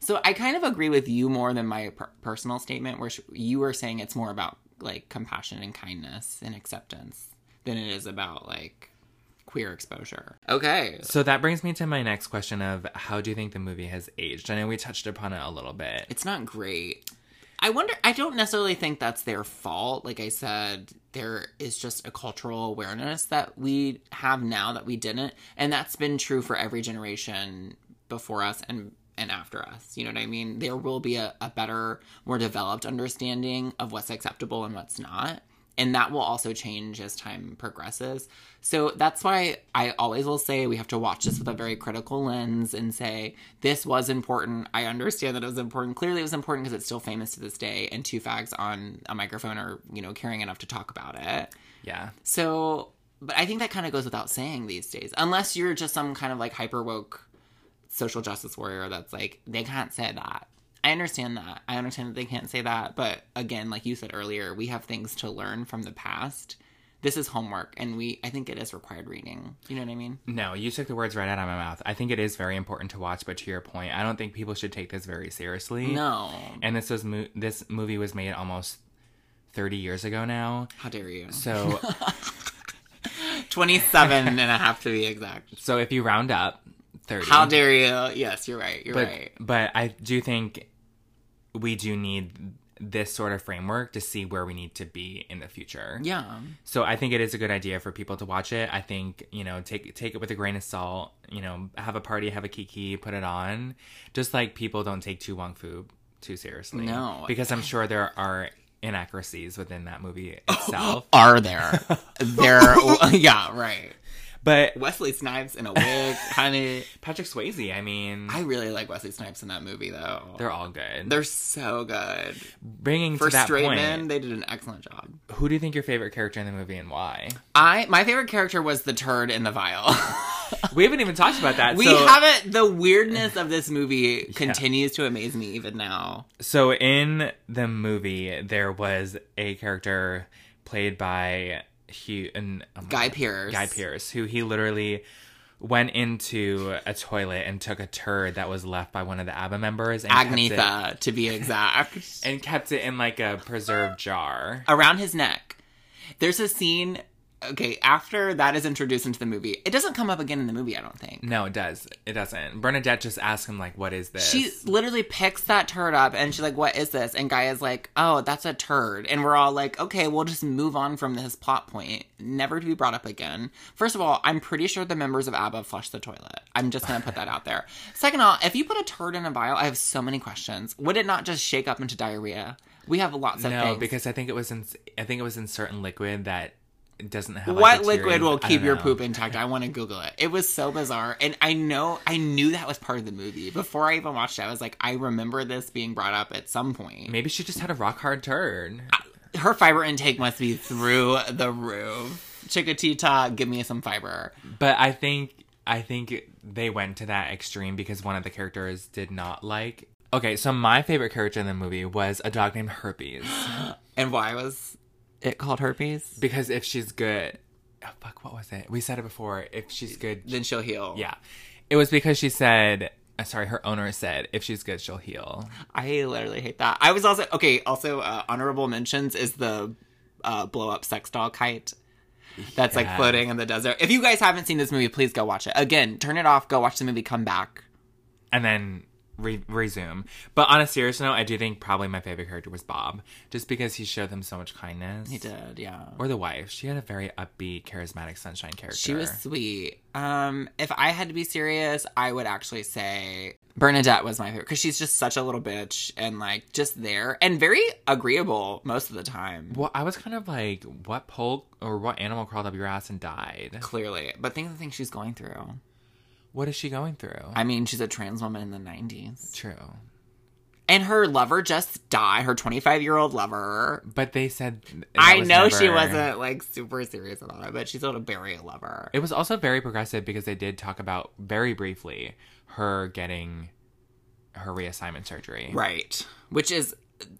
[SPEAKER 3] So I kind of agree with you more than my per- personal statement, where sh- you were saying it's more about like compassion and kindness and acceptance than it is about like queer exposure. Okay.
[SPEAKER 2] So that brings me to my next question of how do you think the movie has aged? I know we touched upon it a little bit.
[SPEAKER 3] it's not great. I wonder. I don't necessarily think that's their fault. Like I said, there is just a cultural awareness that we have now that we didn't, and that's been true for every generation before us and and after us. You know what I mean? There will be a, a better, more developed understanding of what's acceptable and what's not. And that will also change as time progresses. So that's why I always will say we have to watch this with a very critical lens and say, this was important. I understand that it was important. Clearly, it was important because it's still famous to this day, and two fags on a microphone are, you know, caring enough to talk about it.
[SPEAKER 2] Yeah.
[SPEAKER 3] So, but I think that kind of goes without saying these days, unless you're just some kind of like hyper woke social justice warrior that's like, they can't say that. I understand that. I understand that they can't say that. But again, like you said earlier, we have things to learn from the past. This is homework, and we, I think it is required reading. You know what I mean?
[SPEAKER 2] No, you took the words right out of my mouth. I think it is very important to watch, but to your point, I don't think people should take this very seriously.
[SPEAKER 3] No.
[SPEAKER 2] And this was mo- this movie was made almost 30 years ago now.
[SPEAKER 3] How dare you?
[SPEAKER 2] So
[SPEAKER 3] 27 and a half to be exact.
[SPEAKER 2] so if you round up 30
[SPEAKER 3] How dare you? Yes, you're right. You're
[SPEAKER 2] but
[SPEAKER 3] right.
[SPEAKER 2] but I do think we do need this sort of framework to see where we need to be in the future.
[SPEAKER 3] Yeah.
[SPEAKER 2] So I think it is a good idea for people to watch it. I think, you know, take take it with a grain of salt, you know, have a party, have a kiki, put it on. Just like people don't take Tu Wong Fu too seriously.
[SPEAKER 3] No.
[SPEAKER 2] Because I'm sure there are inaccuracies within that movie itself.
[SPEAKER 3] Are there? there. Yeah, right.
[SPEAKER 2] but
[SPEAKER 3] Wesley Snipes in a wig, honey.
[SPEAKER 2] Patrick Swayze, I mean,
[SPEAKER 3] I really like Wesley Snipes in that movie, though. They're,
[SPEAKER 2] they're all good.
[SPEAKER 3] so good.
[SPEAKER 2] Bringing
[SPEAKER 3] For
[SPEAKER 2] to that
[SPEAKER 3] straight
[SPEAKER 2] point,
[SPEAKER 3] men, they did an excellent job.
[SPEAKER 2] who do you think your favorite character in the movie and why?
[SPEAKER 3] I my favorite character was the turd in the vial.
[SPEAKER 2] We haven't even talked about that.
[SPEAKER 3] we
[SPEAKER 2] so,
[SPEAKER 3] haven't. The weirdness of this movie continues to amaze me even now.
[SPEAKER 2] So in the movie, there was a character played by Hugh and oh my
[SPEAKER 3] Guy
[SPEAKER 2] God,
[SPEAKER 3] Pearce.
[SPEAKER 2] Guy Pearce, who he literally went into a toilet and took a turd that was left by one of the ABBA members and kept it-
[SPEAKER 3] Agnetha, to be exact.
[SPEAKER 2] and kept it in like a preserved jar.
[SPEAKER 3] around his neck. There's a scene. Okay, after that is introduced into the movie, it doesn't come up again in the movie. I don't think.
[SPEAKER 2] No, it does. It doesn't. Bernadette just asked him like, "What is this?"
[SPEAKER 3] She literally picks that turd up and she's like, What is this? And Guy is like, Oh, that's a turd. And we're all like, Okay, we'll just move on from this plot point, never to be brought up again. First of all, I'm pretty sure the members of ABBA flush the toilet. I'm just going to put that out there. Second of all, if you put a turd in a vial, I have so many questions. Would it not just shake up into diarrhea? We have lots of
[SPEAKER 2] no,
[SPEAKER 3] things.
[SPEAKER 2] because I think it was in. I think it was in certain liquid that doesn't have. like,
[SPEAKER 3] what
[SPEAKER 2] the
[SPEAKER 3] liquid
[SPEAKER 2] tearing- I
[SPEAKER 3] will
[SPEAKER 2] don't
[SPEAKER 3] keep your
[SPEAKER 2] know.
[SPEAKER 3] poop intact? I want to Google it. It was so bizarre, and I know I knew that was part of the movie before I even watched it. I was like, I remember this being brought up at some point.
[SPEAKER 2] Maybe she just had a rock hard turd.
[SPEAKER 3] Her fiber intake must be through the roof. Chickatita, give me some fiber.
[SPEAKER 2] But I think I think they went to that extreme because one of the characters did not like. Okay, so my favorite character in the movie was a dog named Herpes
[SPEAKER 3] And why was it called herpes?
[SPEAKER 2] because if she's good, oh, fuck, what was it? We said it before. If she's good,
[SPEAKER 3] Then she'll heal.
[SPEAKER 2] yeah, it was because she said. uh, Sorry, her owner said, "If she's good, she'll heal."
[SPEAKER 3] I literally hate that. I was also okay. Also, uh, honorable mentions is the uh, blow up sex doll kite that's like
[SPEAKER 2] Yeah.
[SPEAKER 3] floating in the desert. If you guys haven't seen this movie, please go watch it. Again, turn it off, go watch the movie, come back,
[SPEAKER 2] And then re- resume. But on a serious note, I do think probably my favorite character was Bob, just because he showed them so much kindness.
[SPEAKER 3] He did, yeah.
[SPEAKER 2] Or the wife. She had a very upbeat, charismatic sunshine character.
[SPEAKER 3] She was sweet. Um, if I had to be serious, I would actually say Bernadette was my favorite because she's just such a little bitch and like just there and very agreeable most of the time.
[SPEAKER 2] Well, I was kind of like, what pole or what animal crawled up your ass and died?
[SPEAKER 3] Clearly, but think of the things she's going through.
[SPEAKER 2] What is she going through?
[SPEAKER 3] I mean, she's a trans woman in the '90s,
[SPEAKER 2] True.
[SPEAKER 3] and her lover just died. Her 25 year old lover.
[SPEAKER 2] But they said. that
[SPEAKER 3] I
[SPEAKER 2] was
[SPEAKER 3] know she
[SPEAKER 2] never-
[SPEAKER 3] wasn't like super serious about it, but she's able to bury a lover.
[SPEAKER 2] It was also very progressive because they did talk about very briefly her getting her reassignment surgery.
[SPEAKER 3] Right. Which is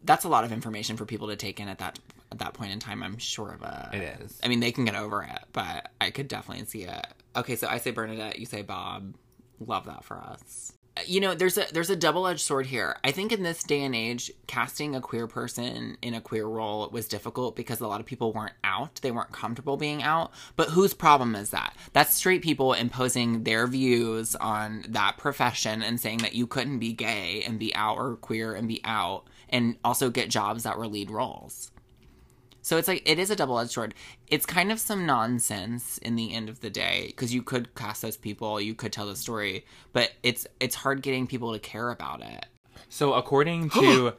[SPEAKER 3] that's a lot of information for people to take in at that at that point in time, I'm sure of it.
[SPEAKER 2] It is.
[SPEAKER 3] I mean, they can get over it, but I could definitely see it. Okay, so I say Bernadette, you say Bob. Love that for us. Uh, You know, there's a there's a double-edged sword here. I think in this day and age, casting a queer person in a queer role was difficult because a lot of people weren't out. They weren't comfortable being out. But whose problem is that? That's straight people imposing their views on that profession and saying that you couldn't be gay and be out or queer and be out and also get jobs that were lead roles. So it's like it is a double edged sword. It's kind of some nonsense in the end of the day because you could cast those people, you could tell the story, but it's it's hard getting people to care about it.
[SPEAKER 2] So according to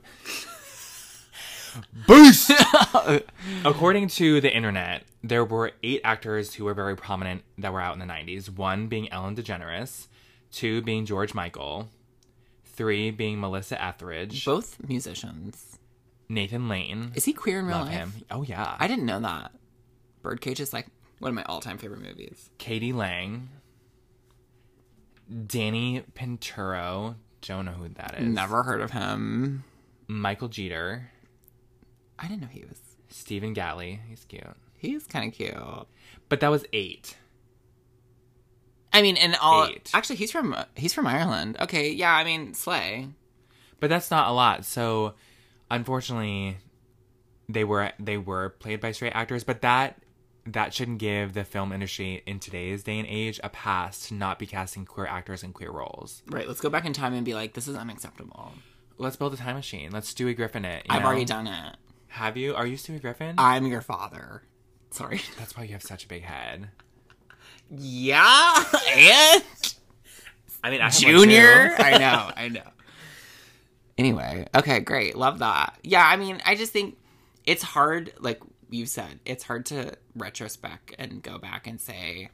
[SPEAKER 2] Boost According to the internet, there were eight actors who were very prominent that were out in the nineties, one being Ellen DeGeneres, two being George Michael, three being Melissa Etheridge,
[SPEAKER 3] Both musicians.
[SPEAKER 2] Nathan Lane.
[SPEAKER 3] Is he queer in real
[SPEAKER 2] Love
[SPEAKER 3] life?
[SPEAKER 2] him. Oh yeah.
[SPEAKER 3] I didn't know that. Birdcage is like one of my all time favorite movies.
[SPEAKER 2] Katie Lang, Danny Pinturo, don't know who that is.
[SPEAKER 3] Never heard of him.
[SPEAKER 2] Michael Jeter,
[SPEAKER 3] I didn't know he was.
[SPEAKER 2] Stephen Galley, he's cute.
[SPEAKER 3] He's kind of cute.
[SPEAKER 2] But that was eight.
[SPEAKER 3] I mean, and all
[SPEAKER 2] Eight.
[SPEAKER 3] actually, he's from he's from Ireland. Okay, yeah. I mean, Slay.
[SPEAKER 2] But that's not a lot. So unfortunately they were they were played by straight actors, but that that shouldn't give the film industry in today's day and age a pass to not be casting queer actors in queer roles.
[SPEAKER 3] Right. Let's go back in time and be like, this is unacceptable.
[SPEAKER 2] Let's build a time machine. Let's Stewie Griffin it. you
[SPEAKER 3] I've
[SPEAKER 2] know?
[SPEAKER 3] already done it.
[SPEAKER 2] Have you? Are you Stewie Griffin?
[SPEAKER 3] I'm your father. Sorry.
[SPEAKER 2] that's why you have such a big head.
[SPEAKER 3] Yeah, and
[SPEAKER 2] I mean, I have one too.
[SPEAKER 3] Junior. I know, I know. Anyway, okay, great. Love that. Yeah, I mean, I just think it's hard, like you said, it's hard to retrospect and go back and say,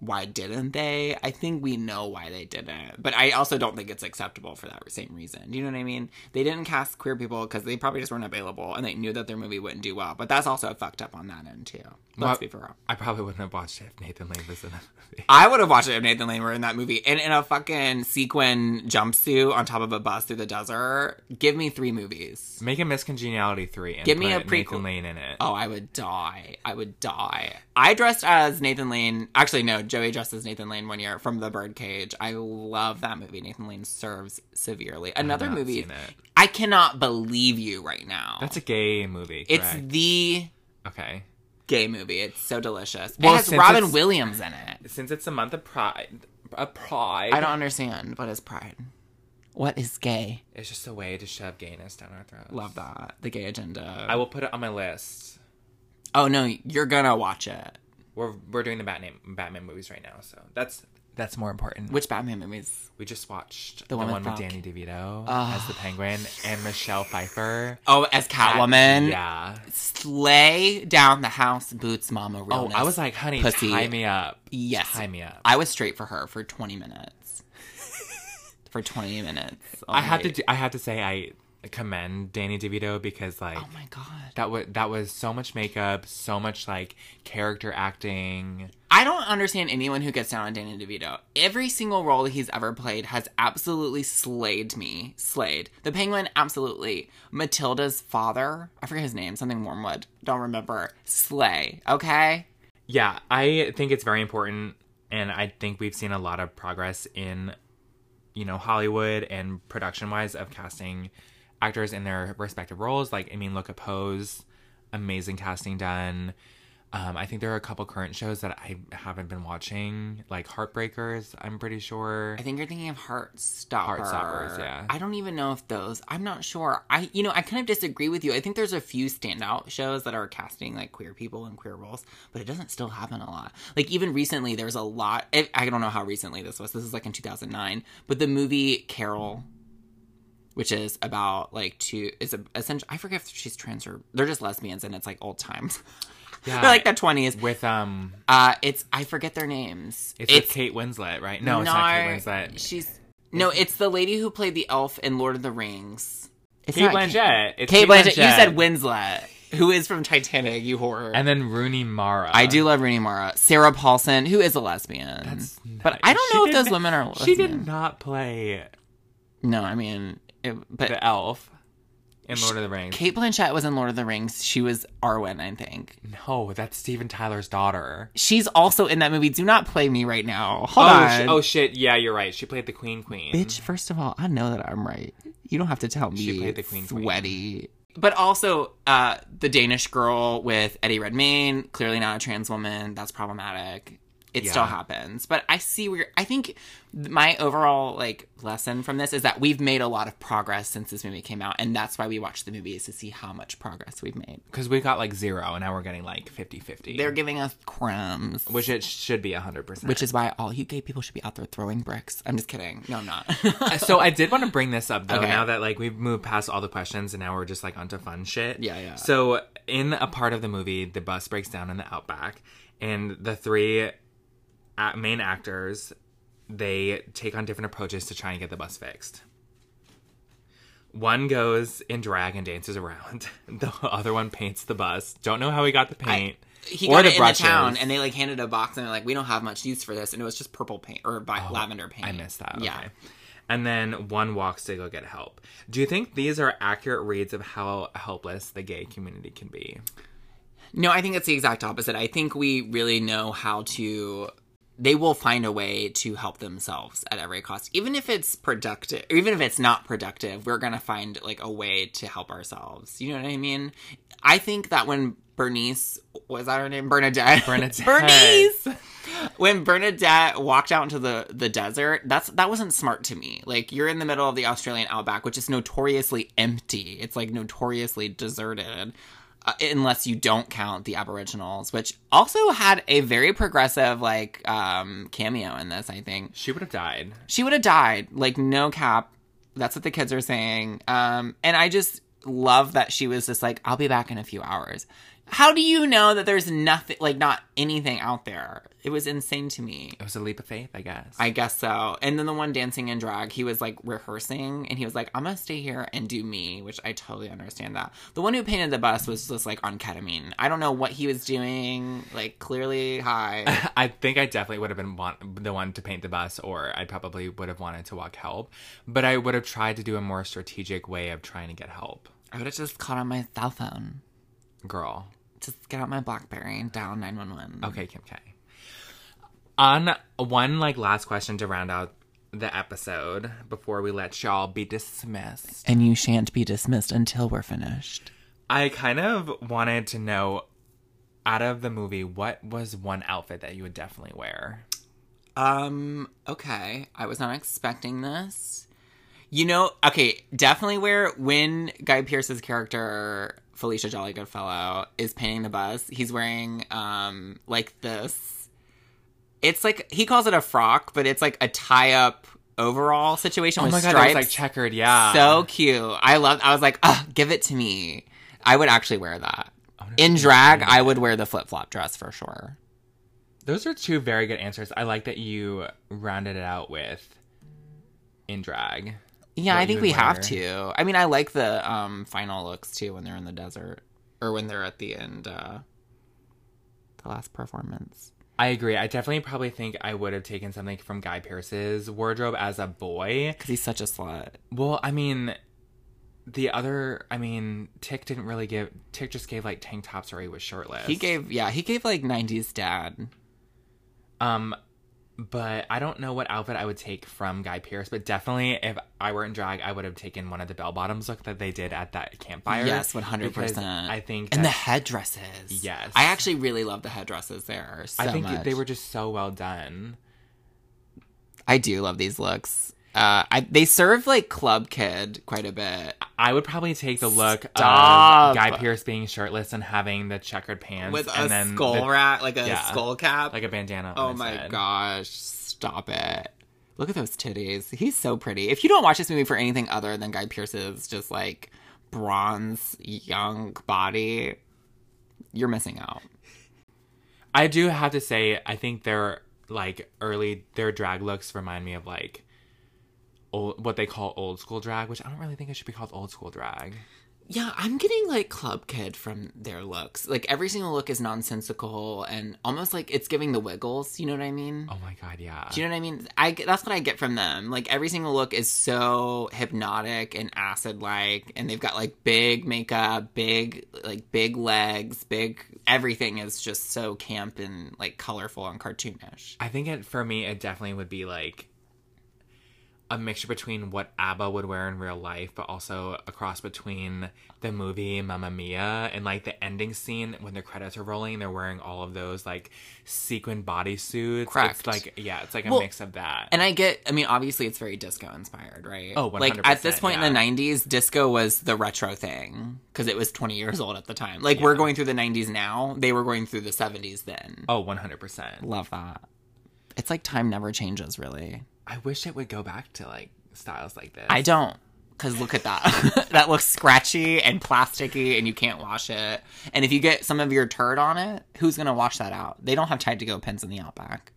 [SPEAKER 3] why didn't they? I think we know why they didn't, but I also don't think it's acceptable for that same reason. You know what I mean? They didn't cast queer people because they probably just weren't available and they knew that their movie wouldn't do well, but that's also fucked up on that end, too. Let's
[SPEAKER 2] Well,
[SPEAKER 3] be for real.
[SPEAKER 2] I probably wouldn't have watched it if Nathan Lane was in that movie.
[SPEAKER 3] I would have watched it if Nathan Lane were in that movie. And in a fucking sequin jumpsuit on top of a bus through the desert. Give me three movies.
[SPEAKER 2] Make a Miss Congeniality three and
[SPEAKER 3] Give me
[SPEAKER 2] put
[SPEAKER 3] a
[SPEAKER 2] Nathan
[SPEAKER 3] prequel.
[SPEAKER 2] Lane in it.
[SPEAKER 3] Oh, I would die. I would die. I dressed as Nathan Lane. Actually, no, Joey dressed as Nathan Lane one year from The Birdcage. I love that movie. Nathan Lane serves severely. Another
[SPEAKER 2] not
[SPEAKER 3] movie.
[SPEAKER 2] seen it.
[SPEAKER 3] I cannot believe you right now.
[SPEAKER 2] That's a gay movie.
[SPEAKER 3] it's
[SPEAKER 2] correct?
[SPEAKER 3] the
[SPEAKER 2] okay.
[SPEAKER 3] gay movie. It's so delicious.
[SPEAKER 2] Well,
[SPEAKER 3] it has
[SPEAKER 2] since
[SPEAKER 3] Robin
[SPEAKER 2] it's-
[SPEAKER 3] Williams in it.
[SPEAKER 2] Since it's the month of Pride, a Pride.
[SPEAKER 3] I don't understand. What is pride? What is gay?
[SPEAKER 2] It's just a way to shove gayness down our throats.
[SPEAKER 3] Love that. The gay agenda.
[SPEAKER 2] I will put it on my list.
[SPEAKER 3] oh no, you're gonna watch it.
[SPEAKER 2] We're we're doing the Batman Batman movies right now, so that's that's more important.
[SPEAKER 3] Which Batman movies?
[SPEAKER 2] we just watched
[SPEAKER 3] The Ah.
[SPEAKER 2] the,
[SPEAKER 3] one
[SPEAKER 2] one,
[SPEAKER 3] with
[SPEAKER 2] with
[SPEAKER 3] Falcon.
[SPEAKER 2] Danny DeVito as the Penguin and Michelle Pfeiffer.
[SPEAKER 3] Oh, as Catwoman.
[SPEAKER 2] Yeah.
[SPEAKER 3] Slay down the house, boots, mama,
[SPEAKER 2] Oh,
[SPEAKER 3] realness.
[SPEAKER 2] I was like, honey,
[SPEAKER 3] Pussy.
[SPEAKER 2] tie me up.
[SPEAKER 3] yes.
[SPEAKER 2] Tie me up.
[SPEAKER 3] I was straight for her for 20 minutes. for 20 minutes.
[SPEAKER 2] I have to.
[SPEAKER 3] Alright.
[SPEAKER 2] Do, I have to say, I commend Danny DeVito because like
[SPEAKER 3] Oh my god.
[SPEAKER 2] that was that was so much makeup, so much like character acting.
[SPEAKER 3] I don't understand anyone who gets down on Danny DeVito. Every single role he's ever played has absolutely slayed me. Slayed. The Penguin, absolutely. Matilda's father, I forget his name, something Wormwood, don't remember. Slay, okay?
[SPEAKER 2] Yeah, I think it's very important, and I think we've seen a lot of progress in, you know, Hollywood and production wise of casting actors in their respective roles. Like, I mean, look at Pose, amazing casting done. Um, I think there are a couple current shows that I haven't been watching, like Heartbreakers. I'm pretty sure.
[SPEAKER 3] I think you're thinking of Heartstopper.
[SPEAKER 2] Heartstoppers, yeah.
[SPEAKER 3] I don't even know if those. I'm not sure. I, you know, I kind of disagree with you. I think there's a few standout shows that are casting like queer people in queer roles, but it doesn't still happen a lot. Like even recently, there's a lot. I I don't know how recently this was. This is like in 2009, but the movie Carol, which is about like two, is essentially. I forget if she's trans or they're just lesbians, and it's like old times.
[SPEAKER 2] Yeah,
[SPEAKER 3] they're like the 20s.
[SPEAKER 2] with um,
[SPEAKER 3] Uh, it's I forget their names.
[SPEAKER 2] it's, with Kate Winslet, right? No, it's not Kate Winslet.
[SPEAKER 3] She's no, it's the lady who played the elf in Lord of the Rings. It's
[SPEAKER 2] Kate
[SPEAKER 3] not Kate-
[SPEAKER 2] Blanchett. It's
[SPEAKER 3] Kate Blanchett. You said Winslet, who is from Titanic. You horror.
[SPEAKER 2] and then Rooney Mara.
[SPEAKER 3] I do love Rooney Mara. Sarah Paulson, who is a lesbian,
[SPEAKER 2] That's
[SPEAKER 3] but
[SPEAKER 2] nice.
[SPEAKER 3] I don't
[SPEAKER 2] She
[SPEAKER 3] know if
[SPEAKER 2] did
[SPEAKER 3] those
[SPEAKER 2] not-
[SPEAKER 3] women are. Lesbian.
[SPEAKER 2] She did not play
[SPEAKER 3] No, I mean, it, but
[SPEAKER 2] the elf in Lord of the Rings.
[SPEAKER 3] Kate Blanchett was in Lord of the Rings. She was Arwen, I think.
[SPEAKER 2] No, that's Steven Tyler's daughter.
[SPEAKER 3] She's also in that movie. Do not play me right now. Hold
[SPEAKER 2] oh,
[SPEAKER 3] on.
[SPEAKER 2] sh- oh shit! Yeah, you're right. She played the Queen Queen.
[SPEAKER 3] Bitch, first of all, I know that I'm right. You don't have to tell me.
[SPEAKER 2] She played the Queen Queen.
[SPEAKER 3] Sweaty. But also, uh, the Danish girl with Eddie Redmayne, clearly not a trans woman. That's problematic. It still
[SPEAKER 2] Yeah.
[SPEAKER 3] happens. But I see where I think my overall like lesson from this is that we've made a lot of progress since this movie came out, and that's why we watch the movie is to see how much progress we've made.
[SPEAKER 2] Because we got like zero, and now we're getting like 50-50.
[SPEAKER 3] They're giving us crumbs.
[SPEAKER 2] which it should be hundred percent.
[SPEAKER 3] Which is why all you gay people should be out there throwing bricks. I'm just kidding. No, I'm not.
[SPEAKER 2] so I did want to bring this up though.
[SPEAKER 3] Okay.
[SPEAKER 2] Now that like we've moved past all the questions and now we're just like onto fun shit.
[SPEAKER 3] Yeah, yeah.
[SPEAKER 2] So in a part of the movie, the bus breaks down in the outback, and the three a- main actors they take on different approaches to try and get the bus fixed. One goes in drag and dances around. The other one paints the bus. Don't know how he got the paint
[SPEAKER 3] he
[SPEAKER 2] or
[SPEAKER 3] got
[SPEAKER 2] the
[SPEAKER 3] it in
[SPEAKER 2] brushes.
[SPEAKER 3] the town, and they like handed a box, and they're like, "We don't have much use for this," and it was just purple paint or vi- lavender paint.
[SPEAKER 2] Oh, I missed that.
[SPEAKER 3] Yeah,
[SPEAKER 2] Okay. And then one walks to go get help. Do you think these are accurate reads of how helpless the gay community can be?
[SPEAKER 3] no, I think it's the exact opposite. I think we really know how to. They will find a way to help themselves at every cost, even if it's productive, or even if it's not productive. We're gonna find like a way to help ourselves. You know what I mean? I think that when Bernice was that her name, Bernadette,
[SPEAKER 2] Bernadette.
[SPEAKER 3] Bernice, when Bernadette walked out into the the desert, that's that wasn't smart to me. Like you're in the middle of the Australian outback, which is notoriously empty. It's like notoriously deserted. Uh, unless you don't count the aboriginals which also had a very progressive like um cameo in this i think
[SPEAKER 2] She would have died.
[SPEAKER 3] she would have died like no cap that's what the kids are saying um and i just love that she was just like i'll be back in a few hours how do you know that there's nothing like not anything out there it was insane to me
[SPEAKER 2] It was a leap of faith, I guess.
[SPEAKER 3] I guess so. And then the one dancing in drag, he was like rehearsing and he was like, I'm gonna stay here and do me, which I totally understand that. The one who painted the bus was just like on ketamine. I don't know what he was doing, like clearly high.
[SPEAKER 2] I think I definitely would have been want- the one to paint the bus, or I probably would have wanted to walk help. But I would have tried to do a more strategic way of trying to get help.
[SPEAKER 3] I would have just called on my cell phone.
[SPEAKER 2] Girl.
[SPEAKER 3] Just get out my Blackberry and dial 911.
[SPEAKER 2] Okay, Kim K. On one like last question to round out the episode before we let y'all be dismissed.
[SPEAKER 3] And you shan't be dismissed until we're finished.
[SPEAKER 2] I kind of wanted to know out of the movie, what was one outfit that you would definitely wear?
[SPEAKER 3] Um, okay. I was not expecting this. You know, okay, definitely where when Guy Pearce's character, Felicia Jolly Goodfellow, is painting the bus, he's wearing um like this. It's like he calls it a frock, but it's like a tie up overall situation
[SPEAKER 2] Oh
[SPEAKER 3] with
[SPEAKER 2] my god, that was
[SPEAKER 3] stripes.
[SPEAKER 2] like checkered, yeah.
[SPEAKER 3] so cute. I love I was like, Ugh, give it to me. I would actually wear that.
[SPEAKER 2] Oh,
[SPEAKER 3] In drag, I would wear the flip flop dress for sure.
[SPEAKER 2] those are two very good answers. I like that you rounded it out with in drag.
[SPEAKER 3] Yeah,
[SPEAKER 2] what
[SPEAKER 3] I
[SPEAKER 2] you
[SPEAKER 3] think
[SPEAKER 2] would
[SPEAKER 3] we have
[SPEAKER 2] wear.
[SPEAKER 3] to. I mean, I like the um, final looks too when they're in the desert or when they're at the end, uh, the last performance.
[SPEAKER 2] I agree. I definitely probably think I would have taken something from Guy Pearce's wardrobe as a boy.
[SPEAKER 3] Because he's such a slut.
[SPEAKER 2] Well, I mean, the other, I mean, Tick didn't really give. Tick just gave like tank tops, or he was shirtless.
[SPEAKER 3] He gave, yeah, he gave like 90s dad.
[SPEAKER 2] Um, But I don't know what outfit I would take from Guy Pierce, but definitely if I were in drag, I would have taken one of the bell bottoms look that they did at that campfire.
[SPEAKER 3] Yes, one hundred
[SPEAKER 2] because
[SPEAKER 3] percent.
[SPEAKER 2] I think
[SPEAKER 3] and the
[SPEAKER 2] that-
[SPEAKER 3] headdresses.
[SPEAKER 2] Yes.
[SPEAKER 3] I actually really love the headdresses there.
[SPEAKER 2] I
[SPEAKER 3] so
[SPEAKER 2] think
[SPEAKER 3] much.
[SPEAKER 2] they were just so well done.
[SPEAKER 3] I do love these looks. Uh, I, they serve like club kid quite a bit
[SPEAKER 2] I would probably take the look
[SPEAKER 3] Stop.
[SPEAKER 2] of Guy Pierce being shirtless and having the checkered pants
[SPEAKER 3] with
[SPEAKER 2] and
[SPEAKER 3] a
[SPEAKER 2] then
[SPEAKER 3] skull
[SPEAKER 2] the-
[SPEAKER 3] rack, like a
[SPEAKER 2] yeah.
[SPEAKER 3] skull cap.
[SPEAKER 2] like a bandana. on
[SPEAKER 3] oh
[SPEAKER 2] his
[SPEAKER 3] my
[SPEAKER 2] head.
[SPEAKER 3] gosh, stop it! Look at those titties. He's so pretty. If you don't watch this movie for anything other than Guy Pearce's just like bronze young body, you're missing out.
[SPEAKER 2] I do have to say, I think their like early their drag looks remind me of like old what they call old school drag, which I don't really think it should be called old school drag.
[SPEAKER 3] Yeah, I'm getting like club kid from their looks. Like every single look is nonsensical and almost like it's giving the wiggles. You know what I mean?
[SPEAKER 2] Oh my god, yeah.
[SPEAKER 3] Do you know what I mean? I get- that's what I get from them. Like every single look is so hypnotic and acid like, and they've got like big makeup, big like big legs, big everything is just so camp and like colorful and cartoonish.
[SPEAKER 2] I think it for me it definitely would be like a mixture between what ABBA would wear in real life, but also a cross between the movie Mamma Mia and like the ending scene when the credits are rolling, they're wearing all of those like sequin bodysuits.
[SPEAKER 3] Correct.
[SPEAKER 2] It's like yeah, it's like a
[SPEAKER 3] Well,
[SPEAKER 2] mix of that.
[SPEAKER 3] And I get, I mean, obviously it's very disco inspired, right?
[SPEAKER 2] Oh,
[SPEAKER 3] Like at this
[SPEAKER 2] 100%,
[SPEAKER 3] point in the
[SPEAKER 2] yeah.
[SPEAKER 3] 90s, disco was the retro thing because it was 20 years old at the time. Like we're going through the 90s now, they were going through the 70s then.
[SPEAKER 2] oh, 100%.
[SPEAKER 3] Love that. It's like time never changes, really.
[SPEAKER 2] I wish it would go back to like styles like this.
[SPEAKER 3] I don't. Cause look at that. that looks scratchy and plasticky and you can't wash it. And if you get some of your turd on it, who's gonna wash that out? They don't have time to go pins in the outback.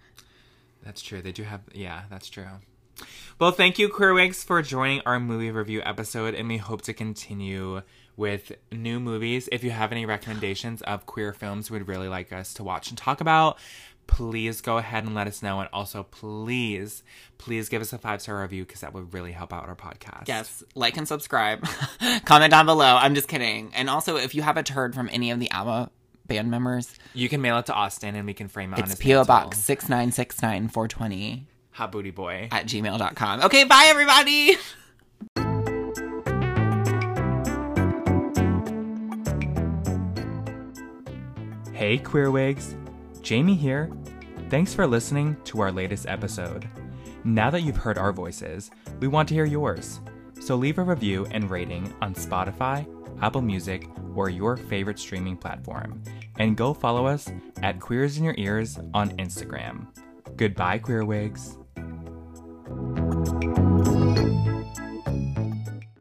[SPEAKER 2] That's true. They do have. Yeah, that's true. Well, thank you, Queerwigs, for joining our movie review episode, and we hope to continue with new movies. If you have any recommendations of queer films we'd really like us to watch and talk about, please go ahead and let us know. And also, please, please give us a five star review because that would really help out our podcast.
[SPEAKER 3] Yes, like and subscribe. Comment down below. I'm just kidding. And also if you have a turd from any of the ABBA band members,
[SPEAKER 2] You can mail it to Austin and we can frame it on
[SPEAKER 3] it's
[SPEAKER 2] his
[SPEAKER 3] PO
[SPEAKER 2] mantle.
[SPEAKER 3] box six nine six nine four twenty
[SPEAKER 2] Hot Booty Boy.
[SPEAKER 3] at gmail.com. Okay, bye everybody.
[SPEAKER 2] Hey, Queerwigs! Jamie here. Thanks for listening to our latest episode. Now that you've heard our voices, we want to hear yours. So leave a review and rating on Spotify, Apple Music, or your favorite streaming platform. And go follow us at Queers in Your Ears on Instagram. Goodbye, Queerwigs.